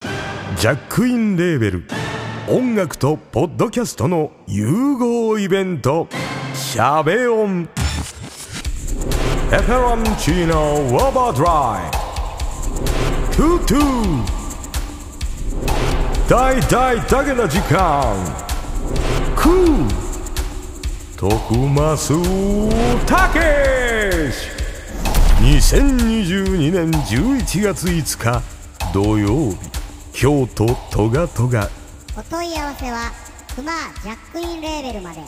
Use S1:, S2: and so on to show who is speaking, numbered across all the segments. S1: ジャックインレーベル音楽とポッドキャストの融合イベント「シャベオン」「エフェロンチーノウォーバードライ」「トゥトゥ」「大大だけな時間」「クー」「徳マスたけし」2022年11月5日土曜日京都トガトガ
S2: お問い合わせはクマジャックインレーベルまで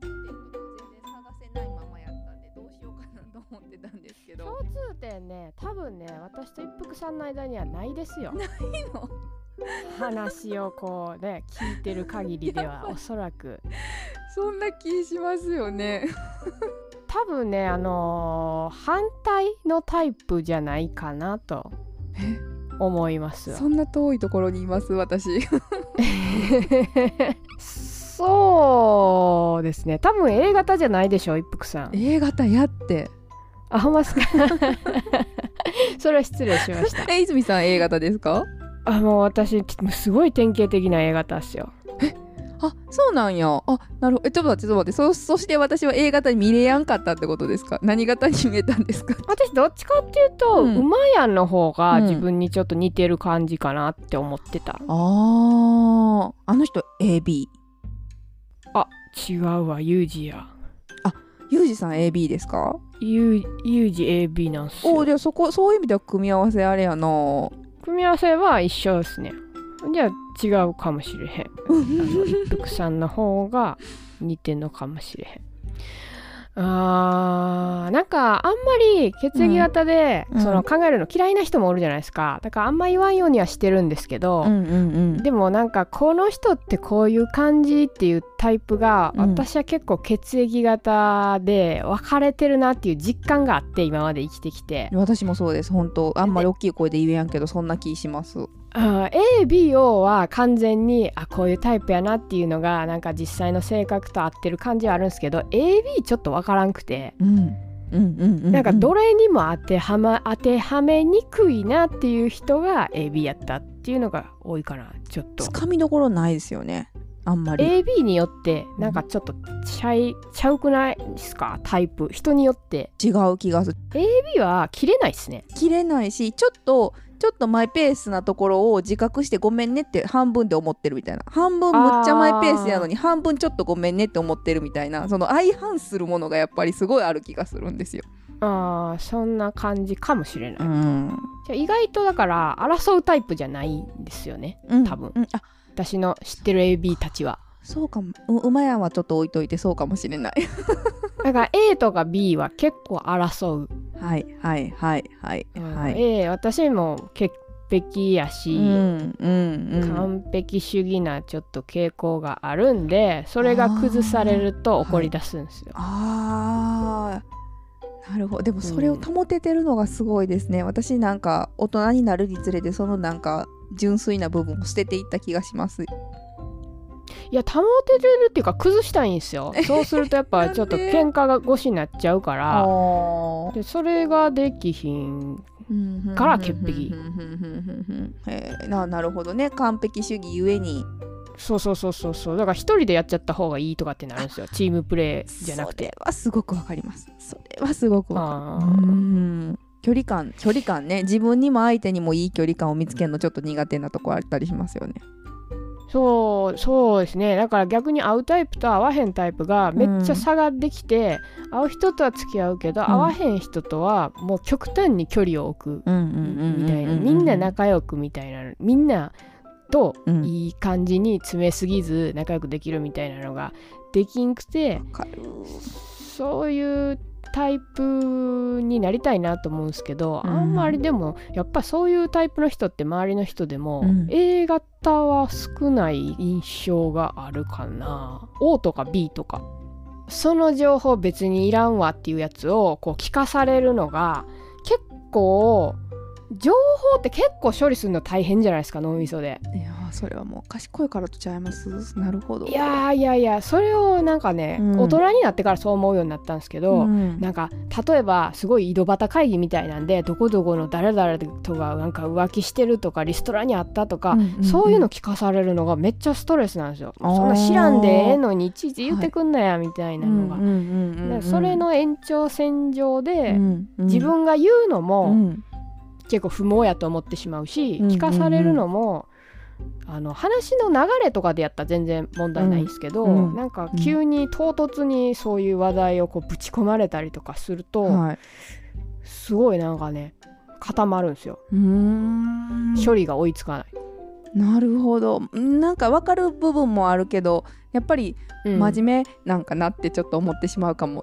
S3: 探せないままやったんでどうしようかなと思ってたんですけど
S4: 共通点ね多分ね私と一服さんの間にはないですよ
S3: いいの
S4: 話をこ うね聞いてる限りで
S3: や
S4: は
S3: ばい
S4: おそらく
S3: そんな気しますよね
S4: 多分ねあのー反対のタイプじゃないかなと
S3: え
S4: 思いますわ
S3: そんな遠いところにいます私
S4: そうですね多分 A 型じゃないでしょ一服さん
S3: A 型やって
S4: あほんまっすか それは失礼しました
S3: え泉さん A 型ですか
S4: あもう私ちょっとすごい典型的な A 型っすよ
S3: あそうなんやあなるほどえちょっと待ってちょっと待ってそそして私は A 型に見れやんかったってことですか何型に見えたんですか
S4: 私どっちかっていうと、
S3: うん
S4: 馬やんの方が
S3: うん
S4: 自分にちょっと似てる感じかなって思ってた、
S3: あーあの人 AB
S4: あ違うわユージや
S3: ユージさん AB ですか
S4: ユーユージ AB なんす
S3: お
S4: よ
S3: じゃあそこそういう意味では組み合わせあれやな
S4: 組み合わせは一緒ですねじゃあ違うかもしれへんあの一服さんの方が似てんのかもしれへんあーなんかあんまり血液型で、
S3: うん
S4: そ
S3: うん
S4: の考えるの嫌いな人もおるじゃないですかだからあんま言わんようにはしてるんですけど、
S3: うんうんうん
S4: でもなんかこの人ってこういう感じっていうタイプが、
S3: うん
S4: 私は結構血液型で分かれてるなっていう実感があって今まで生きてきて、
S3: 私もそうです本当あんまり大きい声で言えやんけどそんな気します
S4: あー ABO は完全にあこういうタイプやなっていうのがなんか実際の性格と合ってる感じはあるんですけど AB ちょっと分からんくて。
S3: うんうんうんう
S4: なんかど
S3: れ
S4: れにも当てはま当てはめにくいなっていう人が AB やったっていうのが多いかなちょっと
S3: つかみどころないですよねあんまり
S4: AB によってなんかちょっとちゃいちゃうくないですかタイプ人によって
S3: 違う気がする
S4: AB は切れないですね
S3: 切れないしちょっとちょっとマイペースなところを自覚してごめんねって半分で思ってるみたいな半分むっちゃマイペースやのに半分ちょっとごめんねって思ってるみたいなその相反するものがやっぱりすごいある気がするんですよ。
S4: あーそんな感じかもしれない、
S3: ん、
S4: じゃあ意外とだから争うタイプじゃないんですよね
S3: うん、
S4: 多分
S3: うん、あ
S4: 私の知ってる AB た ちは
S3: そうかもう馬やんはちょっと置いといてそうかもしれない。
S4: だから A とか B は結構争う、
S3: はいはいはいはい
S4: うん
S3: はい。
S4: A 私も潔癖やし、
S3: うんうんうん、
S4: 完璧主義なちょっと傾向があるんでそれが崩されると怒り出すんですよ
S3: あーなるほどでもそれを保ててるのがすごいですね、私なんか大人になるにつれてそのなんか純粋な部分を捨てていった気がします
S4: いや保ててるっていうか崩したいんですよそうするとやっぱちょっと
S3: なんで
S4: 喧嘩が腰になっちゃうから
S3: あ
S4: でそれができひんから潔癖
S3: えー、ななるほどね完璧主義ゆえに
S4: そうそうそうそうそうだから一人でやっちゃった方がいいとかってなるんですよチームプレーじゃなく
S3: そ
S4: て
S3: れはすごくわかりますそれはすごくわ
S4: あ
S3: かる
S4: ー
S3: うん距離感距離感ね自分にも相手にもいい距離感を見つけるのちょっと苦手なとこあったりしますよね
S4: そうそうですねだから逆に合うタイプと合わへんタイプがめっちゃ差ができて、合う人とは付き合うけど、
S3: ん
S4: 合わへん人とはもう極端に距離を置く
S3: うん
S4: みたいなみんな仲良くみたいなみんなと
S3: うん
S4: いい感じに詰めすぎず仲良くできるみたいなのができんくて
S3: わかる
S4: そういうタイプになりたいなと思うんですけど、
S3: うん
S4: あんまりでもやっぱそういうタイプの人って周りの人でも、
S3: うん
S4: A 型は少ない印象があるかな O とか B とかその情報別にいらんわっていうやつをこう聞かされるのが結構情報って結構処理するの大変じゃないですか脳みそで。
S3: いやあそれはもう賢いからとちゃいますなるほど
S4: いやーいやいやそれをなんかね、
S3: うん
S4: 大人になってからそう思うようになったんですけど、
S3: うん
S4: なんか例えばすごい井戸端会議みたいなんでどこどこの誰々とがなんか浮気してるとかリストラにあったとか、
S3: うんうんうん
S4: そういうの聞かされるのがめっちゃストレスなんですよ。
S3: あー
S4: そんな知らんでええのにいちいち言ってくんなやみたいなのが。
S3: うんうんうんうん
S4: でそれの延長線上で、
S3: うんうん
S4: 自分が言うの
S3: う
S4: も
S3: ん
S4: 結構不毛やと思ってしまうし、
S3: うんうんうん
S4: 聞かされるのもあの話の流れとかでやったら全然問題ないんですけど、
S3: うんうん
S4: なんか急に唐突にそういう話題をこうぶち込まれたりとかすると、
S3: はい
S4: すごいなんかね固まるんですよ、
S3: うーん
S4: 処理が追いつかない。
S3: なるほどんなんか分かる部分もあるけどやっぱり
S4: うん
S3: 真面目なんかなってちょっと思ってしまうかも、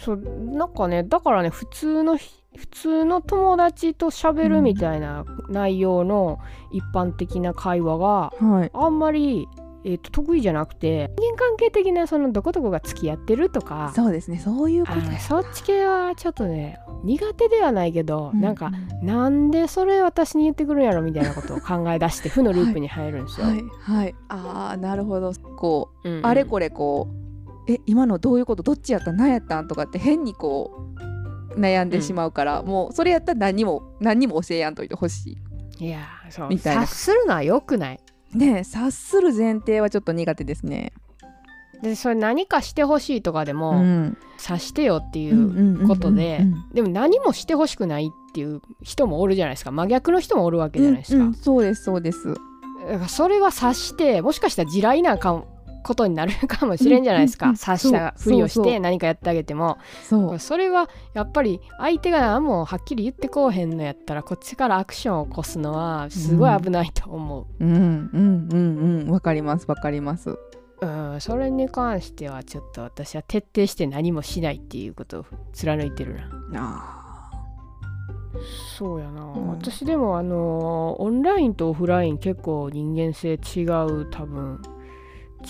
S4: そうなんかねだからね普通のひ普通の友達と喋るみたいな内容の一般的な会話が
S3: はい
S4: あんまり、えーと得意じゃなくて人間関係的なそのどこどこが付き合ってるとか
S3: そうですねそういうこ
S4: あ
S3: と
S4: ーそっち系はちょっとね苦手ではないけど、なんか
S3: は
S4: なんでそれ私に言ってくるんやろみたいなこ とを考え出して負のループに入るんですよ。
S3: いはいああなるほどこう、
S4: うんうん
S3: あれこれこうえ今のどういうことどっちやった何やったんとかって変にこう悩んでしまうから、もうそれやったら何も何にも教えやんといてほし
S4: いやーそう
S3: みたいな
S4: 察するのは良くない。
S3: いねえ察する前提はちょっと苦手ですね
S4: でそれ何かしてほしいとかでも、
S3: ん
S4: 察してよっていうう、
S3: ん
S4: ことででも何もしてほしくないっていう人もおるじゃないですか真逆の人もおるわけじゃないです
S3: う
S4: か、
S3: んうんそうですそうです
S4: だからそれは察してもしかしたら地雷なんかもことになるかもしれんじゃないです
S3: うん
S4: か、
S3: うんうん
S4: 察した
S3: そう
S4: ふりをし
S3: そうそ
S4: て
S3: う
S4: 何かやってあげても
S3: そう
S4: それはやっぱり相手が何もはっきり言ってこうへんのやったらこっちからアクションを起こすのはすごい危ないと思う、
S3: うんうんうんうんわかりますわかります
S4: うん、それに関してはちょっと私は徹底して何もしないっていうことを貫いてるな
S3: あ
S4: そうやな、
S3: ん
S4: 私でもあのーオンラインとオフライン結構人間性違う多分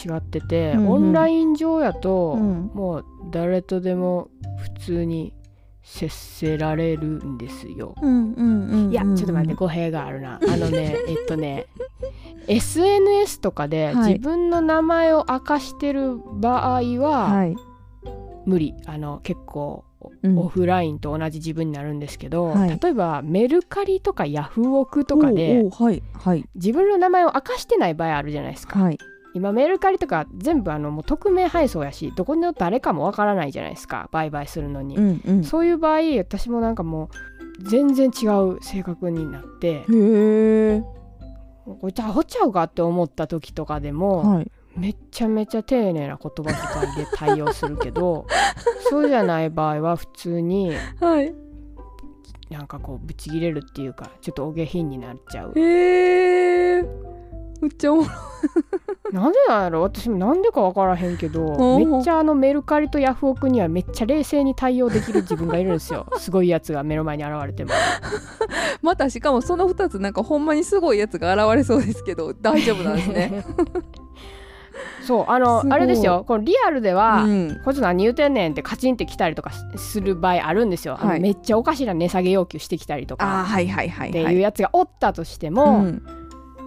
S4: 違ってて、
S3: うんうん
S4: オンライン上やと、
S3: うん
S4: もう誰とでも普通に接せられるんですよ。
S3: うんうんうん
S4: いやちょっと待って語弊があ るなあのねえっとね SNS とかで
S3: はい
S4: 自分の名前を明かしてる場合は
S3: はい
S4: 無理、あの結構
S3: うん
S4: オフラインと同じ自分になるんですけど、
S3: はい
S4: 例えばメルカリとかヤフオクとかで
S3: おうおうはいはい
S4: 自分の名前を明かしてない場合あるじゃないですか、
S3: はい
S4: 今メルカリとか全部あのもう匿名配送やしどこの誰かもわからないじゃないですか売買するのに、
S3: んうん
S4: そういう場合私もなんかもう全然違う性格になっ
S3: へ
S4: て
S3: え
S4: こいつアホちゃうかって思った時とかでも、
S3: はい
S4: めちゃめちゃ丁寧な言葉遣いで対応するけど そうじゃない場合は普通に
S3: はい
S4: なんかこうブチギレるっていうかちょっとお下品になっちゃ う
S3: へえめっちゃおもろい
S4: なんでなんやろ私もなんでか分からへんけど
S3: おう
S4: めっちゃあのメルカリとヤフオクにはめっちゃ冷静に対応できる自分がいるんですよ すごいやつが目の前に現れても
S3: またしかもその2つなんかほんまにすごいやつが現れそうですけど大丈夫なんです ね
S4: そうあの
S3: すごい
S4: あれですよこのリアルでは、
S3: うん
S4: こいつ何言うてんねんってカチンって来たりとかすする場合あるんですよ、あの
S3: はい
S4: めっちゃおかしな値下げ要求してきたりと
S3: あー
S4: か
S3: はいはいは
S4: っ
S3: い
S4: て
S3: はい
S4: いうやつがおったとしても、
S3: ん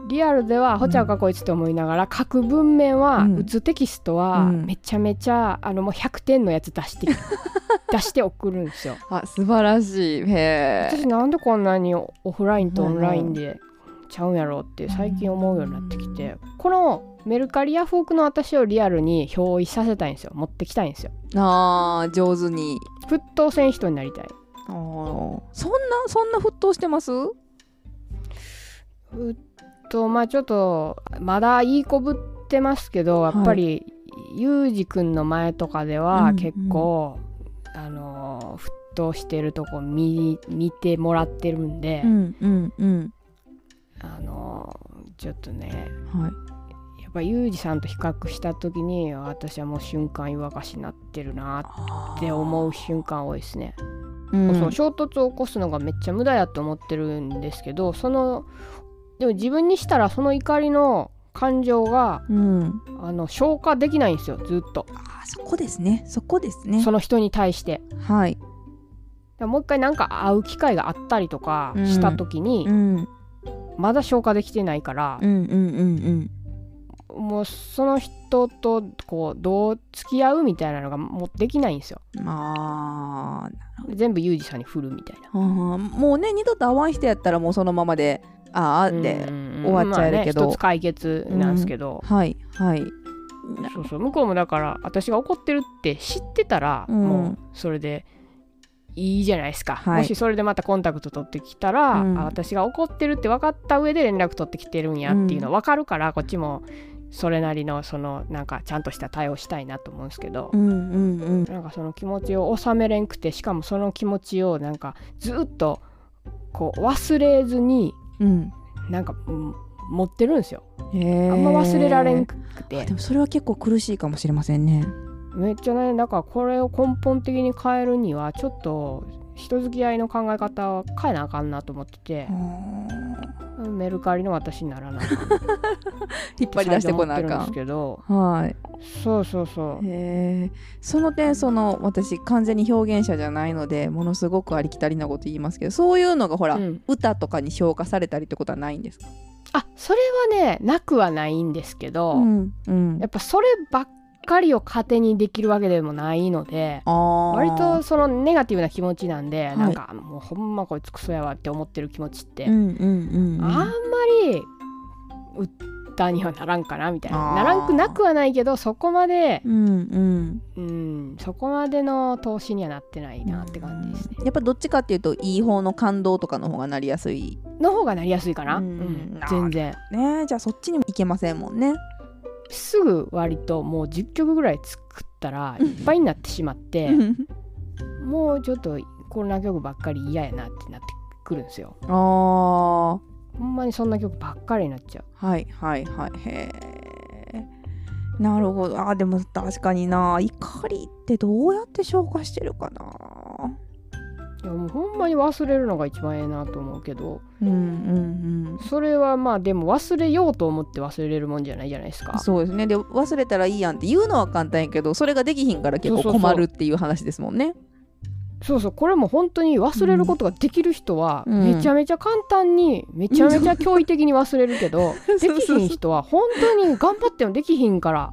S4: リアルでは「ほちゃうかこいつ」と思いながら書く文面は、
S3: うん
S4: 打つテキストは
S3: うん
S4: めちゃめちゃあのもう100点のやつ出 して出して送るんですよ。
S3: あ素晴らしいへえ
S4: 私なんでこんなにオフラインとオンラインでちゃうんやろうって最近思うようになってきてこのメルカリやフォークの私をリアルに表意させたいんですよ持ってきたいんですよ
S3: あー上手に
S4: 沸騰せん人になりたい
S3: あーそんなそんな沸騰してます
S4: 沸騰まあちょっとまだいい子ぶってますけどやっぱり、ゆうじくんの前とかで
S3: うんう
S4: は
S3: ん
S4: 結構、あのー沸騰してるとこ見見てもらってるんで、
S3: んうんうん
S4: あのーちょっとね
S3: はい
S4: やっぱゆうじさんと比較した時に私はもう瞬間湯沸かしになってるなって思う瞬間多いですね、
S3: うん
S4: そう衝突を起こすのがめっちゃ無駄やと思ってるんですけどそのでも自分にしたらその怒りの感情が
S3: うん
S4: あの消化できないんですよずっと
S3: あそこですねそこですね
S4: その人に対して。
S3: はい
S4: だからもう一回なんか会う機会があったりとかした時に、
S3: ん
S4: まだ消化できてないから
S3: う、んうんうん
S4: もうその人とこうどう付き合うみたいなのがもうできないんですよ
S3: うんまあ
S4: 全部ユージさんに振るみたいな
S3: あーもうね二度と会わん人やったらもうそのままでああで、終わっちゃうけど
S4: まあね、一つ解決なんですけど、
S3: はいはい
S4: そうそう向こうもだから私が怒ってるって知ってたら、
S3: うん
S4: もうそれでいいじゃないですか、
S3: はい
S4: もしそれでまたコンタクト取ってきたら、
S3: うん
S4: あ私が怒ってるって分かった上で連絡取ってきてるんやっていうの分かるから、こっちもそれなりのそのなんかちゃんとした対応したいなと思うんですけど、
S3: うんうんうん
S4: なんかその気持ちを収めれんくてしかもその気持ちをなんかずっとこう忘れずに
S3: うん
S4: なんか、うん持ってるんですよ
S3: へー
S4: あんま忘れられんくて
S3: でもそれは結構苦しいかもしれませんね
S4: めっちゃねだからこれを根本的に変えるにはちょっと人付き合いの考え方は変えなあかんなと思っててメルカリの私にならない
S3: 引っ張り出してこなあ
S4: 最初思ってるん
S3: か
S4: ですけど
S3: んはい
S4: そうそうそう
S3: へえその点その私完全に表現者じゃないのでものすごくありきたりなこと言いますけどそういうのがほら、
S4: うん
S3: 歌とかに消化されたりってことはないんですか、
S4: あそれはねなくはないんですけど、
S3: んうん
S4: やっぱそればっかりを糧にできるわけでもないので
S3: あー
S4: 割とそのネガティブな気持ちなんで、
S3: い
S4: なんかもうほんまこいつクソやわって思ってる気持ちって、
S3: うんうんうんうん
S4: あんまり歌にはならんかなみたい
S3: あー
S4: なならんくなくはないけどそこまで
S3: うんうん
S4: うんそこまでの投資にはなってないなって感じですね
S3: うんやっぱどっちかっていうといい方の感動とかの方がなりやすい
S4: の方がなりやすいかな、
S3: う
S4: うんん
S3: なるほど
S4: 全然
S3: ねじゃあそっちにもいけませんもんね
S4: すぐ割ともう10曲ぐらい作ったらいっぱいになってしまってもうちょっとこんな曲ばっかり嫌やなってなってくるんですよ
S3: ああ
S4: ほんまにそんな曲ばっかりになっちゃう
S3: はいはいはいへえなるほどあでも確かにな怒りってどうやって消化してるかない
S4: やもうほんまに忘れるのが一番ええなと思うけど
S3: うんうん
S4: それはまあでも忘れようと思って忘れるもんじゃないじゃないです
S3: うん
S4: か
S3: そうですねで忘れたらいいやんって言うのは簡単やけどそれができひんから結構
S4: そうそうそう
S3: 困るっていう話ですもんね
S4: そうそうこれも本当に忘れることができる人は
S3: うん
S4: めちゃめちゃ簡単にめちゃめちゃ驚異的に忘れるけど
S3: そう
S4: で
S3: そう
S4: きひん人は本当に頑張ってもできひんから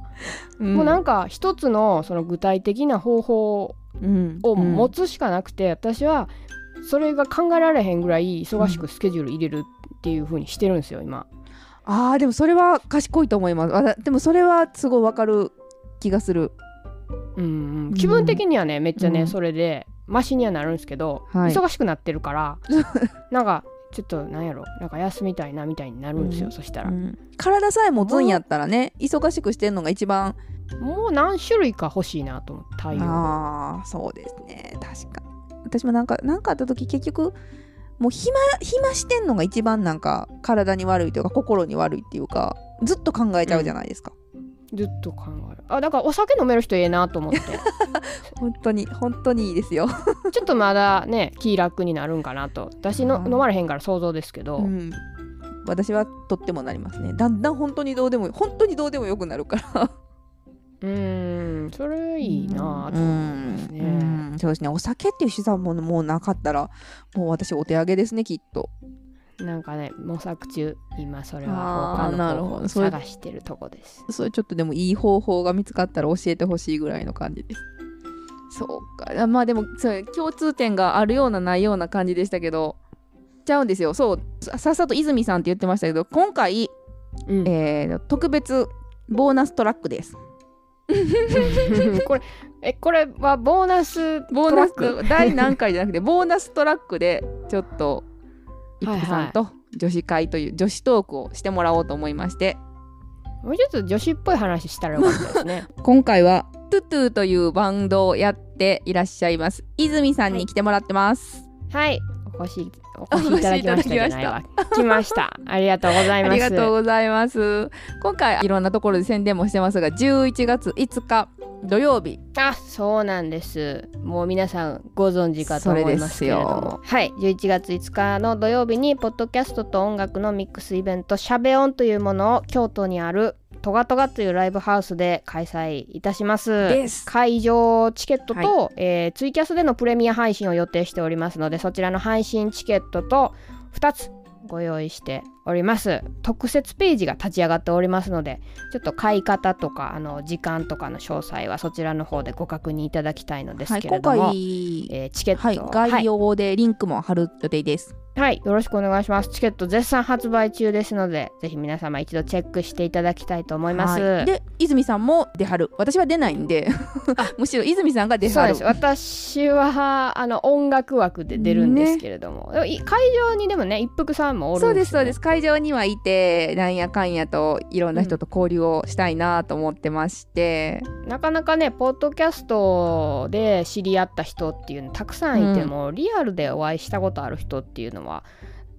S4: もうなんか一つのその具体的な方法
S3: うん
S4: を持つしかなくて私はそれが考えられへんぐらい忙しくスケジュール入れるっていう風にしてるんですよ今。
S3: あーでもそれは賢いと思いますあでもそれはすごいわかる気がする
S4: うん
S3: う
S4: うんん、気分的にはねめっちゃね、
S3: うん
S4: それでマシにはなるんですけど、
S3: はい
S4: 忙しくなってるからなんかちょっとなんやろなんか休みたいなみたいになるんですよ、
S3: うん
S4: そしたら、
S3: 体さえ持つんやったらね忙しくしてんのが一番
S4: もう何種類か欲しいなと思って対応
S3: ああそうですね確か私もなんかなんかあった時結局もう暇暇してんのが一番なんか体に悪いというか心に悪いっていうかずっと考えちゃうじゃないですか、
S4: ずっと考えるあだからお酒飲める人ええな と思って
S3: 本当に本当にいいですよ、
S4: ちょっとまだね気楽になるんかなと私の、
S3: うん
S4: 飲まれへんから想像ですけど、
S3: うん私はとってもなりますねだんだん本当にどうでも本当にどうでもよくなるから
S4: うーんそれいいな
S3: う
S4: と、
S3: ん
S4: すね
S3: うんそうですねお酒っていう手段ももうなかったらもう私お手上げですねきっと
S4: なんかね模索中今それは
S3: あー
S4: 他
S3: なる
S4: の
S3: ほど
S4: 方法を
S3: それ
S4: 探してるとこです
S3: それちょっとでもいい方法が見つかったら教えてほしいぐらいの感じですそうかあまあでもそう共通点があるようなないような感じでしたけどちゃうんですよそうささっさと泉さんって言ってましたけど今回、
S4: うん
S3: えー特別ボーナストラックです
S4: これえこれはボーナス
S3: ボーナス
S4: トラック
S3: 第何回じゃなくてボーナストラックでちょっと一
S4: はいはい
S3: 服さんと女子会という女子トークをしてもらおうと思いまして
S4: もうちょっと女子っぽい話したらよかったです ね
S3: 今回はトゥトゥというバンドをやっていらっしゃいます泉さんに来てもらってます、
S4: はいお越しお越しいただきましたじゃないわ来ましたありがとうございます
S3: ありがとうございます今回いろんなところで宣伝もしてますが11月5日土曜日
S4: あそうなんですもう皆さんご存知かと思いますけれど
S3: それです
S4: もはい11月5日の土曜日にポッドキャストと音楽のミックスイベント「しゃべ音」というものを京都にあるトガトガというライブハウスで開催いたします
S3: です
S4: 会場チケットと、えーツイキャスでのプレミア配信を予定しておりますのでそちらの配信チケットと2つご用意しております特設ページが立ち上がっておりますのでちょっと買い方とかあの時間とかの詳細はそちらの方でご確認いただきたいのです
S3: はい、
S4: けれ
S3: 今回
S4: ども、、えーチケット、
S3: はい、概要でリンクも貼る予定です。
S4: はい、よろしくお願いします。チケット絶賛発売中ですので、ぜひ皆様一度チェックしていただきたいと思います。
S3: はいで泉さんも出はる私は出ないんで むしろ泉さんが出はる
S4: そうです私はあの音楽枠で出るんですけれども、でもい会場にでもね一服さんもお
S3: そ
S4: る
S3: うん
S4: で
S3: ですす
S4: よ
S3: そう
S4: ね
S3: です会場にはいてなんやかんやといろんな人と交流をしたいなと思ってまして、
S4: なかなかねポッドキャストで知り合った人っていうのたくさんいても、リアルでお会いしたことある人っていうのは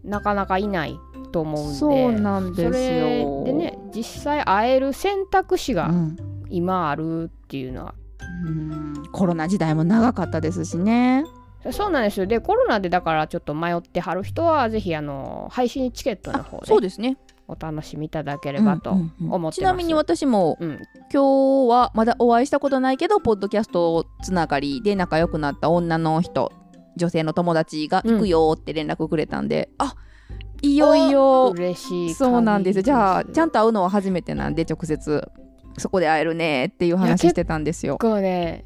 S4: なかなかいないと思うんで
S3: そうなんですよ
S4: それでね実際会える選択肢
S3: う
S4: が
S3: ん
S4: 今あるっていうのは、
S3: うんコロナ時代も長かったですしね
S4: そうなんですよでコロナでだからちょっと迷ってはる人はぜひあの配信チケットの方で
S3: そうですね
S4: お楽しみいただければ
S3: う
S4: と思っ
S3: んうん
S4: てます。
S3: ちなみに私も
S4: うん、
S3: 今日はまだお会いしたことないけどポッドキャストつながりで仲良くなった女の人女性の友達が行くよって連絡くれたんで、あいよいよ
S4: 嬉しい限りです。
S3: そうなんですじゃあちゃんと会うのは初めてなんで直接そこで会えるねっていう
S4: いや
S3: 話
S4: 結
S3: してたんですよ。
S4: こうね、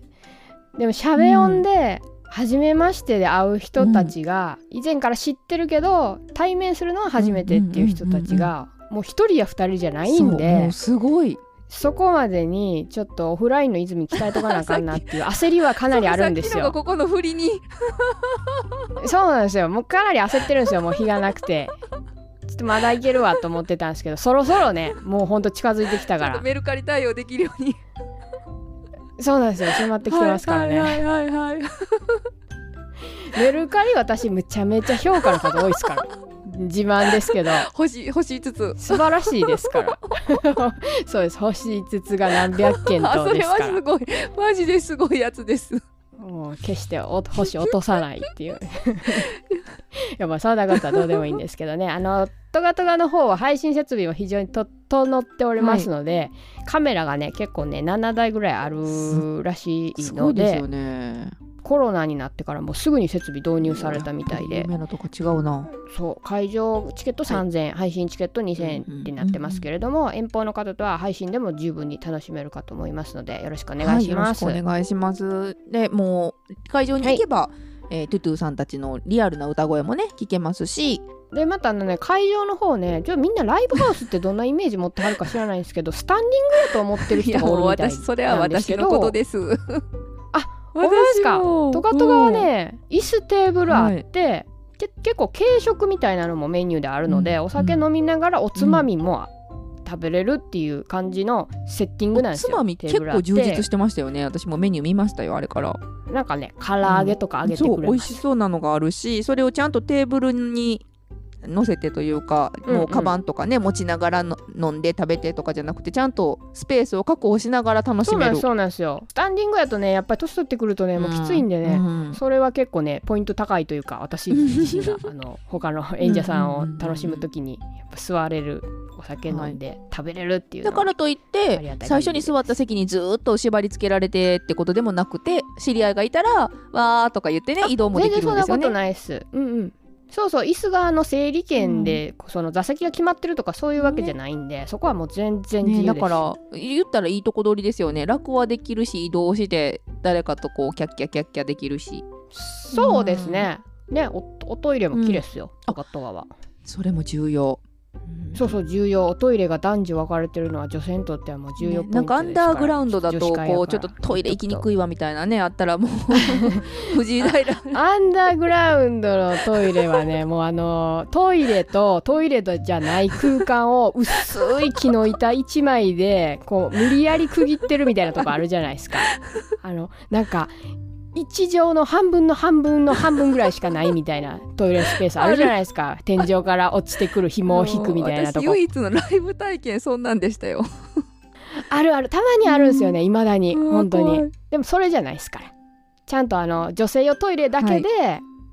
S4: でもしゃべ音で、初めましてで会う人たちが、以前から知ってるけど対面するのは初めてっていう人たちが、もう一人や二人じゃないん
S3: そうも
S4: で
S3: うすごい
S4: そこまでにちょっとオフラインの泉鍛えとかなあかんな っていう焦りはかなりあるんです
S3: そうさっ
S4: よ
S3: きのがここの振りに
S4: そうなんですよもうかなり焦ってるんですよもう日がなくてちょっとまだいけるわと思ってたんですけどそろそろねもうほんと近づいてきた
S3: ちょ
S4: か
S3: っ
S4: ら
S3: とメルカリ対応できるように
S4: そうなんです よ迫ってきてますからね、
S3: はいはいはい、はい、
S4: メルカリ私めちゃめちゃ評価の数多いですから自慢ですけど
S3: 欲しい欲しいつつ
S4: 素晴らしいですから そうです星5つが何百件
S3: あ
S4: と
S3: そ
S4: で
S3: れ
S4: すか
S3: は
S4: ら
S3: すごいマジですごいやつです。
S4: もう決してお星落とさないっていう いやまあそんなことはどうでもいいんですけどねあのトガトガの方は配信設備も非常に整っておりますので、カメラがね結構ね7台ぐらいあるらしいので
S3: ね。
S4: コロナになってからもうすぐに設備導入されたみたいで
S3: 夢のとこ違うな。
S4: そう会場チケット3000円、配信チケット2000円ってなってますけれども、遠方の方とは配信でも十分に楽しめるかと思いますのでよろしくお願いします。
S3: はい、よろしくお願いします。で、もう会場に行けば、えートゥトゥさんたちのリアルな歌声もね聞けますし、
S4: でまたあのね会場の方ねちょっとみんなライブハウスってどんなイメージ持ってはるか知らないんですけどスタンディングだと思ってる人がおるみたいなんですけど
S3: です。
S4: あ本当ですかトカトカはね、椅子テーブルあって、け結構軽食みたいなのもメニューであるので、
S3: うん
S4: お酒飲みながらおつまみも食べれるっていう感じのセッティングなんです
S3: つ
S4: よ。
S3: まみ
S4: テ
S3: 結
S4: ーブルあっ
S3: 構
S4: て
S3: 充実してましたよね。私もメニュー見ましたよあれから。
S4: なんかね唐揚げとか揚げてく
S3: そう
S4: れ
S3: 美
S4: ま
S3: 味
S4: す、
S3: しそうなのがあるし、それをちゃんとテーブルに。乗せてというか、
S4: うん
S3: もうカバンとかね持ちながらの飲んで食べてとかじゃなくてちゃんとスペースを確保しながら楽し
S4: そうな
S3: め
S4: ん
S3: る
S4: ですそうなんですよスタンディングやとねやっぱり年取ってくるとねもうきついんでね、
S3: うん
S4: それは結構ねポイント高いというか私自 身があの他の演者さんを楽しむ時にやっぱ座れるお酒飲んで食べれるっていうの
S3: だ
S4: は
S3: からといっ
S4: ありが
S3: て
S4: たい
S3: 最初に座った席にずーっと縛り付けられてってことでもなくて知り合いがいたらわーとか言ってね移動もで
S4: 全
S3: き
S4: 然
S3: る
S4: そ
S3: ん
S4: ん
S3: で
S4: な
S3: すよ
S4: こと
S3: ね。
S4: ないっすうんうんそうそう椅子があの整理券で、その座席が決まってるとかそういうわけじゃないんで、そこはもう全然自
S3: ね、
S4: 由です、
S3: だから言ったらいいとこ取りですよね楽はできるし移動して誰かとこうキャッキャキャッキャできるし
S4: そうですね、ねおおトイレも綺麗っすよ、トカトカは
S3: それも重要
S4: そうそう重要おトイレが男女分かれてるのは女性にとってはもう重要ポイントですから、
S3: ねなんかアンダーグラウンドだ
S4: 女
S3: と
S4: 子会や
S3: こ
S4: か
S3: う
S4: ら
S3: ちょっとトイレ行きにくいわみたいなねあったら もう藤井平
S4: アンダーグラウンドのトイレはねもうあのトイレとトイレじゃない空間を薄い木の板一枚でこう無理やり区切ってるみたいなとこあるじゃないですかあのなんか一畳の半分の半分の半分ぐらいしかないみたいなトイレスペースあるじゃないですか天井から落ちてくる紐を引くみたいなと
S3: も
S4: こ
S3: う私唯一のライブ体験そんなんでしたよ
S4: あるあるたまにあるんですよねいまだに本当に
S3: うわー怖い
S4: でもそれじゃないですからちゃんとあの女性用トイレだけで、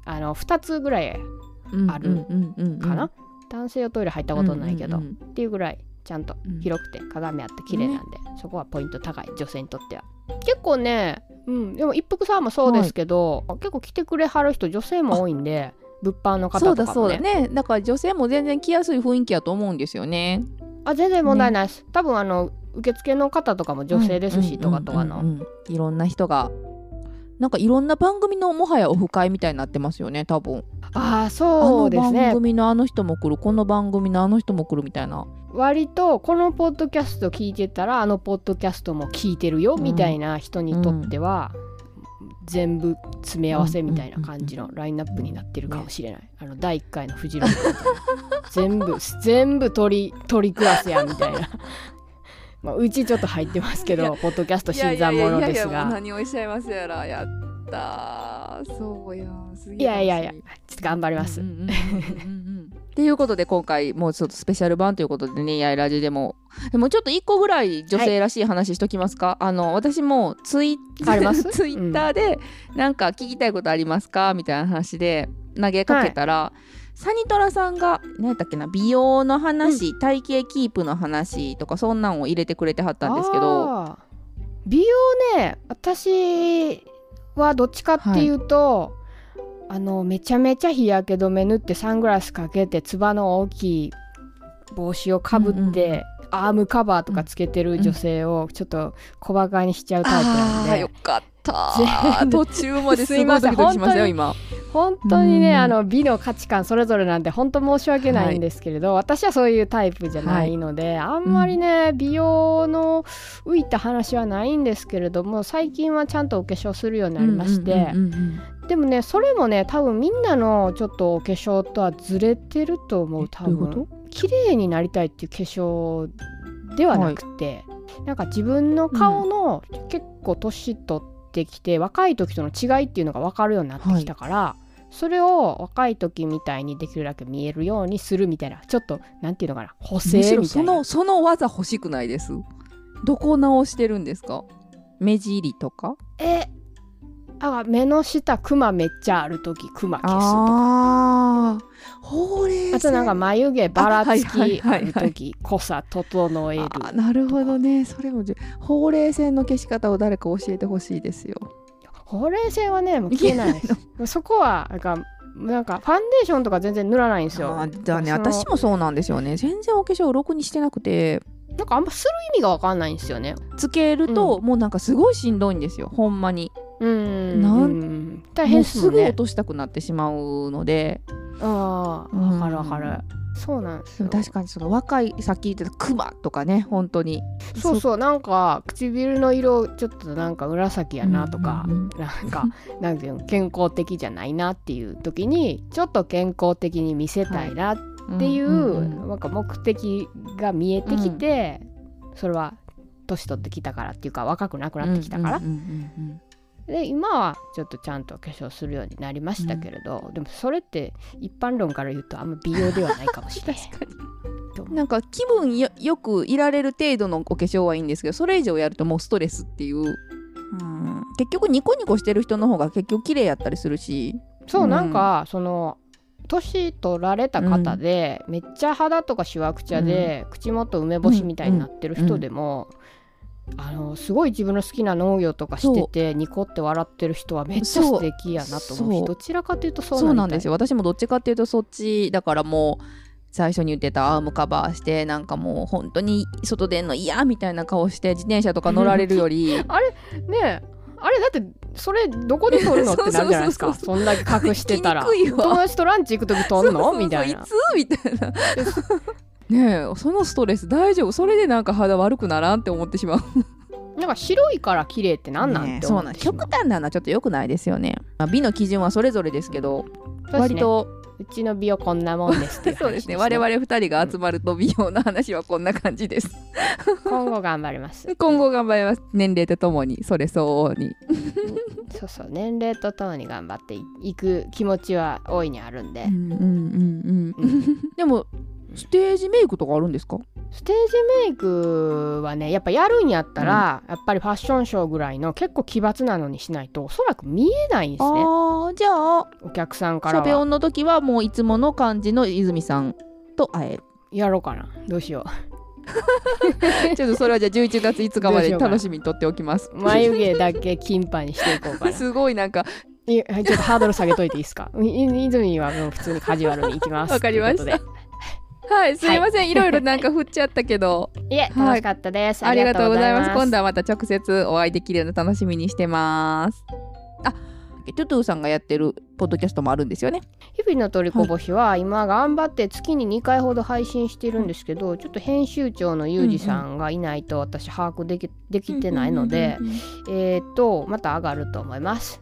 S4: あの2つぐらいある
S3: うんうんうんうん
S4: かな、男性用トイレ入ったことないけど、
S3: うんうんうん
S4: っていうぐらいちゃんと
S3: うん
S4: 広くて鏡あって綺麗なんで、そこはポイント高い女性にとっては結構ね、うん、でも一服さんもそうですけど、結構来てくれはる人女性も多いんで物販の方
S3: そう
S4: とかも、
S3: だ
S4: ね、
S3: そうだねだから女性も全然着やすい雰囲気やと思うんですよね
S4: あ全然問題ないです、多分あの受付の方とかも女性ですし、
S3: うん
S4: とかとか
S3: う
S4: の、
S3: んうんうんうんいろんな人がなんかいろんな番組のもはやオフ会みたいになってますよね多分
S4: ああそうで
S3: あ
S4: す
S3: の番
S4: ね
S3: 組のあの人も来るこの番組のあの人も来るみたいな
S4: 割とこのポッドキャスト聞いてたらあのポッドキャストも聞いてるよ
S3: うん
S4: みたいな人にとっては、全部詰め合わせみたいな感じのラインナップになってるかもしれない、あの第1回のフジロックみたいな全部全部鳥鳥クラスやみたいなまあうちちょっと入ってますけ
S3: い
S4: どポッドキャスト新参者ですが
S3: 何をおっしゃいますやらやったそうやす
S4: いやいやいやちょっと頑張ります、
S3: っていうことで今回もうちょっとスペシャル版ということでねやいラジでもでもちょっと一個ぐらい女性らしい話しときますか、あの私もツイ
S4: あります
S3: ツイッターでなんか聞きたいことありますかみたいな話で投げかけたら、サニトラさんが何やったっけな美容の話、体型キープの話とかそんなんを入れてくれてはったんですけど
S4: あー美容ね私はどっちかっていうと、あのめちゃめちゃ日焼け止め塗ってサングラスかけてつばの大きい帽子をかぶって、
S3: うんうん
S4: アームカバーとかつけてる女性をちょっと小バカにしちゃうタイプなん
S3: ー
S4: で、
S3: かった
S4: 全
S3: 途
S4: 部
S3: 中まです
S4: すい
S3: ごい
S4: ま
S3: ド
S4: せん
S3: キドキしましたよ
S4: 本
S3: 今。
S4: 本当にね
S3: うん
S4: あの美の価値観それぞれなんで本当申し訳ないんですけれど、私はそういうタイプじゃないので、あんまりね、美容の浮いた話はないんですけれども最近はちゃんとお化粧するようになりまして、
S3: うんうんうんうん
S4: でもねそれもね多分みんなのちょっとお化粧とはずれてると思う多
S3: どういう
S4: 分綺麗になりたいっていう化粧ではなくて、なんか自分の顔の結構年取ってきて、若い時との違いっていうのが分かるようになってきたから、それを若い時みたいにできるだけ見えるようにするみたいなちょっとなんていうのかな補正
S3: むしろ
S4: みた
S3: そ
S4: いな
S3: のその技欲しくないですどこ直してるんですか目尻とか
S4: えあ目の下クマめっちゃある時クマ消すとか。
S3: ああほうれい
S4: あとなんか眉毛ばらつ
S3: あはい
S4: き
S3: は
S4: あ
S3: いはい
S4: る時濃さ整える
S3: あなるほどねそれもじゅほうれい線の消し方を誰か教えてほしいですよ
S4: ほうれい線はねもう消えないです そこはなんかなんかファンデーションとか全然塗らないんですよ
S3: あーだね
S4: その
S3: 私もそうなんですよね全然お化粧をろくにしてなくて
S4: なんかあんまする意味がわかんないんですよね
S3: つけると、もうなんかすごいしんどいんですよほんまに
S4: うーん
S3: なん
S4: ん大変
S3: も
S4: で
S3: う
S4: すも
S3: す
S4: ん
S3: ぐ落
S4: ね
S3: としたくなってしまうので
S4: ああ
S3: うん
S4: わかるわかるそうなんです
S3: で
S4: よ
S3: も確かにその若いさっき言ってたクマとかね本当に
S4: そうそうなんか唇の色ちょっとなんか紫やなとか、
S3: うんうん
S4: なんかなんていうの健康的じゃないなっていう時にちょっと健康的に見せたいなっ
S3: うん
S4: っていう,、
S3: んんん
S4: なんか目的が見えてきて、それは年取ってきたからっていうか若くなくなってきたから、
S3: うんうんうんうん
S4: で今はちょっとちゃんと化粧するようになりましたけれど、でもそれって一般論から言うとあんま美容ではないかもしれない
S3: 確か
S4: と思
S3: に
S4: う
S3: なんか気分よよくいられる程度のお化粧はいいんですけどそれ以上やるともうストレスっていう、うん、結局ニコニコしてる人の方が結局綺麗やったりするし
S4: そううんなんかその年取られた方で、めっちゃ肌とかしわくちゃで、口元梅干しみたいになってる人でも、あのすごい自分の好きな農業とかしててニコって笑ってる人はめっちゃ素敵やなと思う
S3: そ
S4: し
S3: う
S4: どちらかというとそう
S3: そう
S4: な
S3: なんん
S4: で
S3: です
S4: す
S3: よ
S4: よ。
S3: 私もどっちかっていうとそっちだからもう最初に言ってたアームカバーしてなんかもう本当に外出んの嫌みたいな顔して自転車とか乗られるよ り
S4: ねえあれだってそれどこで撮るのってなるじゃないで す
S3: そ
S4: か
S3: うそう
S4: そんだけ隠し てたら
S3: 行きにくいわ
S4: 友達とランチ行く時撮ん
S3: そうそう
S4: の
S3: そう
S4: みたいない
S3: つみたいな ねえそのストレス大丈夫それでなんか肌悪くならんって思ってしまう
S4: なんか白いから綺麗ってなんなん
S3: ね
S4: って
S3: そ
S4: 思
S3: うな
S4: っ
S3: ん
S4: てしまう
S3: 極端なのはちょっと良くないですよね、まあ、美の基準はそれぞれですけど、
S4: そうです
S3: 割
S4: ね
S3: と
S4: うちの美容こんなもんですっていう話
S3: そうですね我々2人が集まると美容の話はこんな感じ です、
S4: 今後頑張ります
S3: 今後頑張ります年齢とともにそれ相応に
S4: そうそう年齢とともに頑張っていく気持ちは大いにあるんで、
S3: うんうんうんうん でもステージメイクとかあるんですか
S4: ステージメイクはねやっぱやるんやったら、やっぱりファッションショーぐらいの結構奇抜なのにしないとおそらく見えないんですね
S3: ああじゃあ
S4: お客さんか
S3: シ
S4: ら
S3: ャベ
S4: は
S3: オンの時はもういつもの感じの泉さんと会える
S4: やろうかなどうしよ
S3: ちょっとそれはじゃあ11月5日ま
S4: どうし
S3: で
S4: ようかな
S3: 楽しみにとっておきます
S4: う眉毛だけ金パにしていこうか な
S3: すごいなんか
S4: いやはいちょっとハードル下げといていいですかいい泉はもう普通にカジュアルに行きます
S3: わかりました
S4: ということ
S3: はいすいません、い、ろいろなんか振っちゃったけど
S4: でいえ楽しかったで す、
S3: ありがとうございます
S4: 今
S3: 今
S4: 度
S3: 度はまた直接お会いできるの楽しみにしてます あトゥトゥさんがやってるポッドキャストもあるんですよね
S4: 日々の取りこぼしは今頑張って月に2回ほど配信してるんですけど、ちょっと編集長のゆうじさんがいないと私把握できできてないので、えーっとまた上がると思います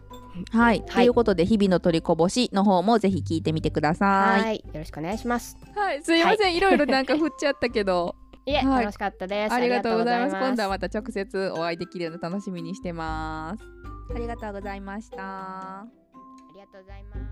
S3: はい、
S4: い
S3: ということで日々の取りこぼしの方もぜひ聞いてみてくださ
S4: はい
S3: い
S4: よろしくお願いします
S3: はいすいません、い、ろいろなんか振っちゃったけど
S4: いえ、
S3: はい
S4: 楽しかったで す
S3: ありがとうございます今度は
S4: は
S3: また直接お会いできるの楽しみにしてますありがとうございました
S4: ありがとうございます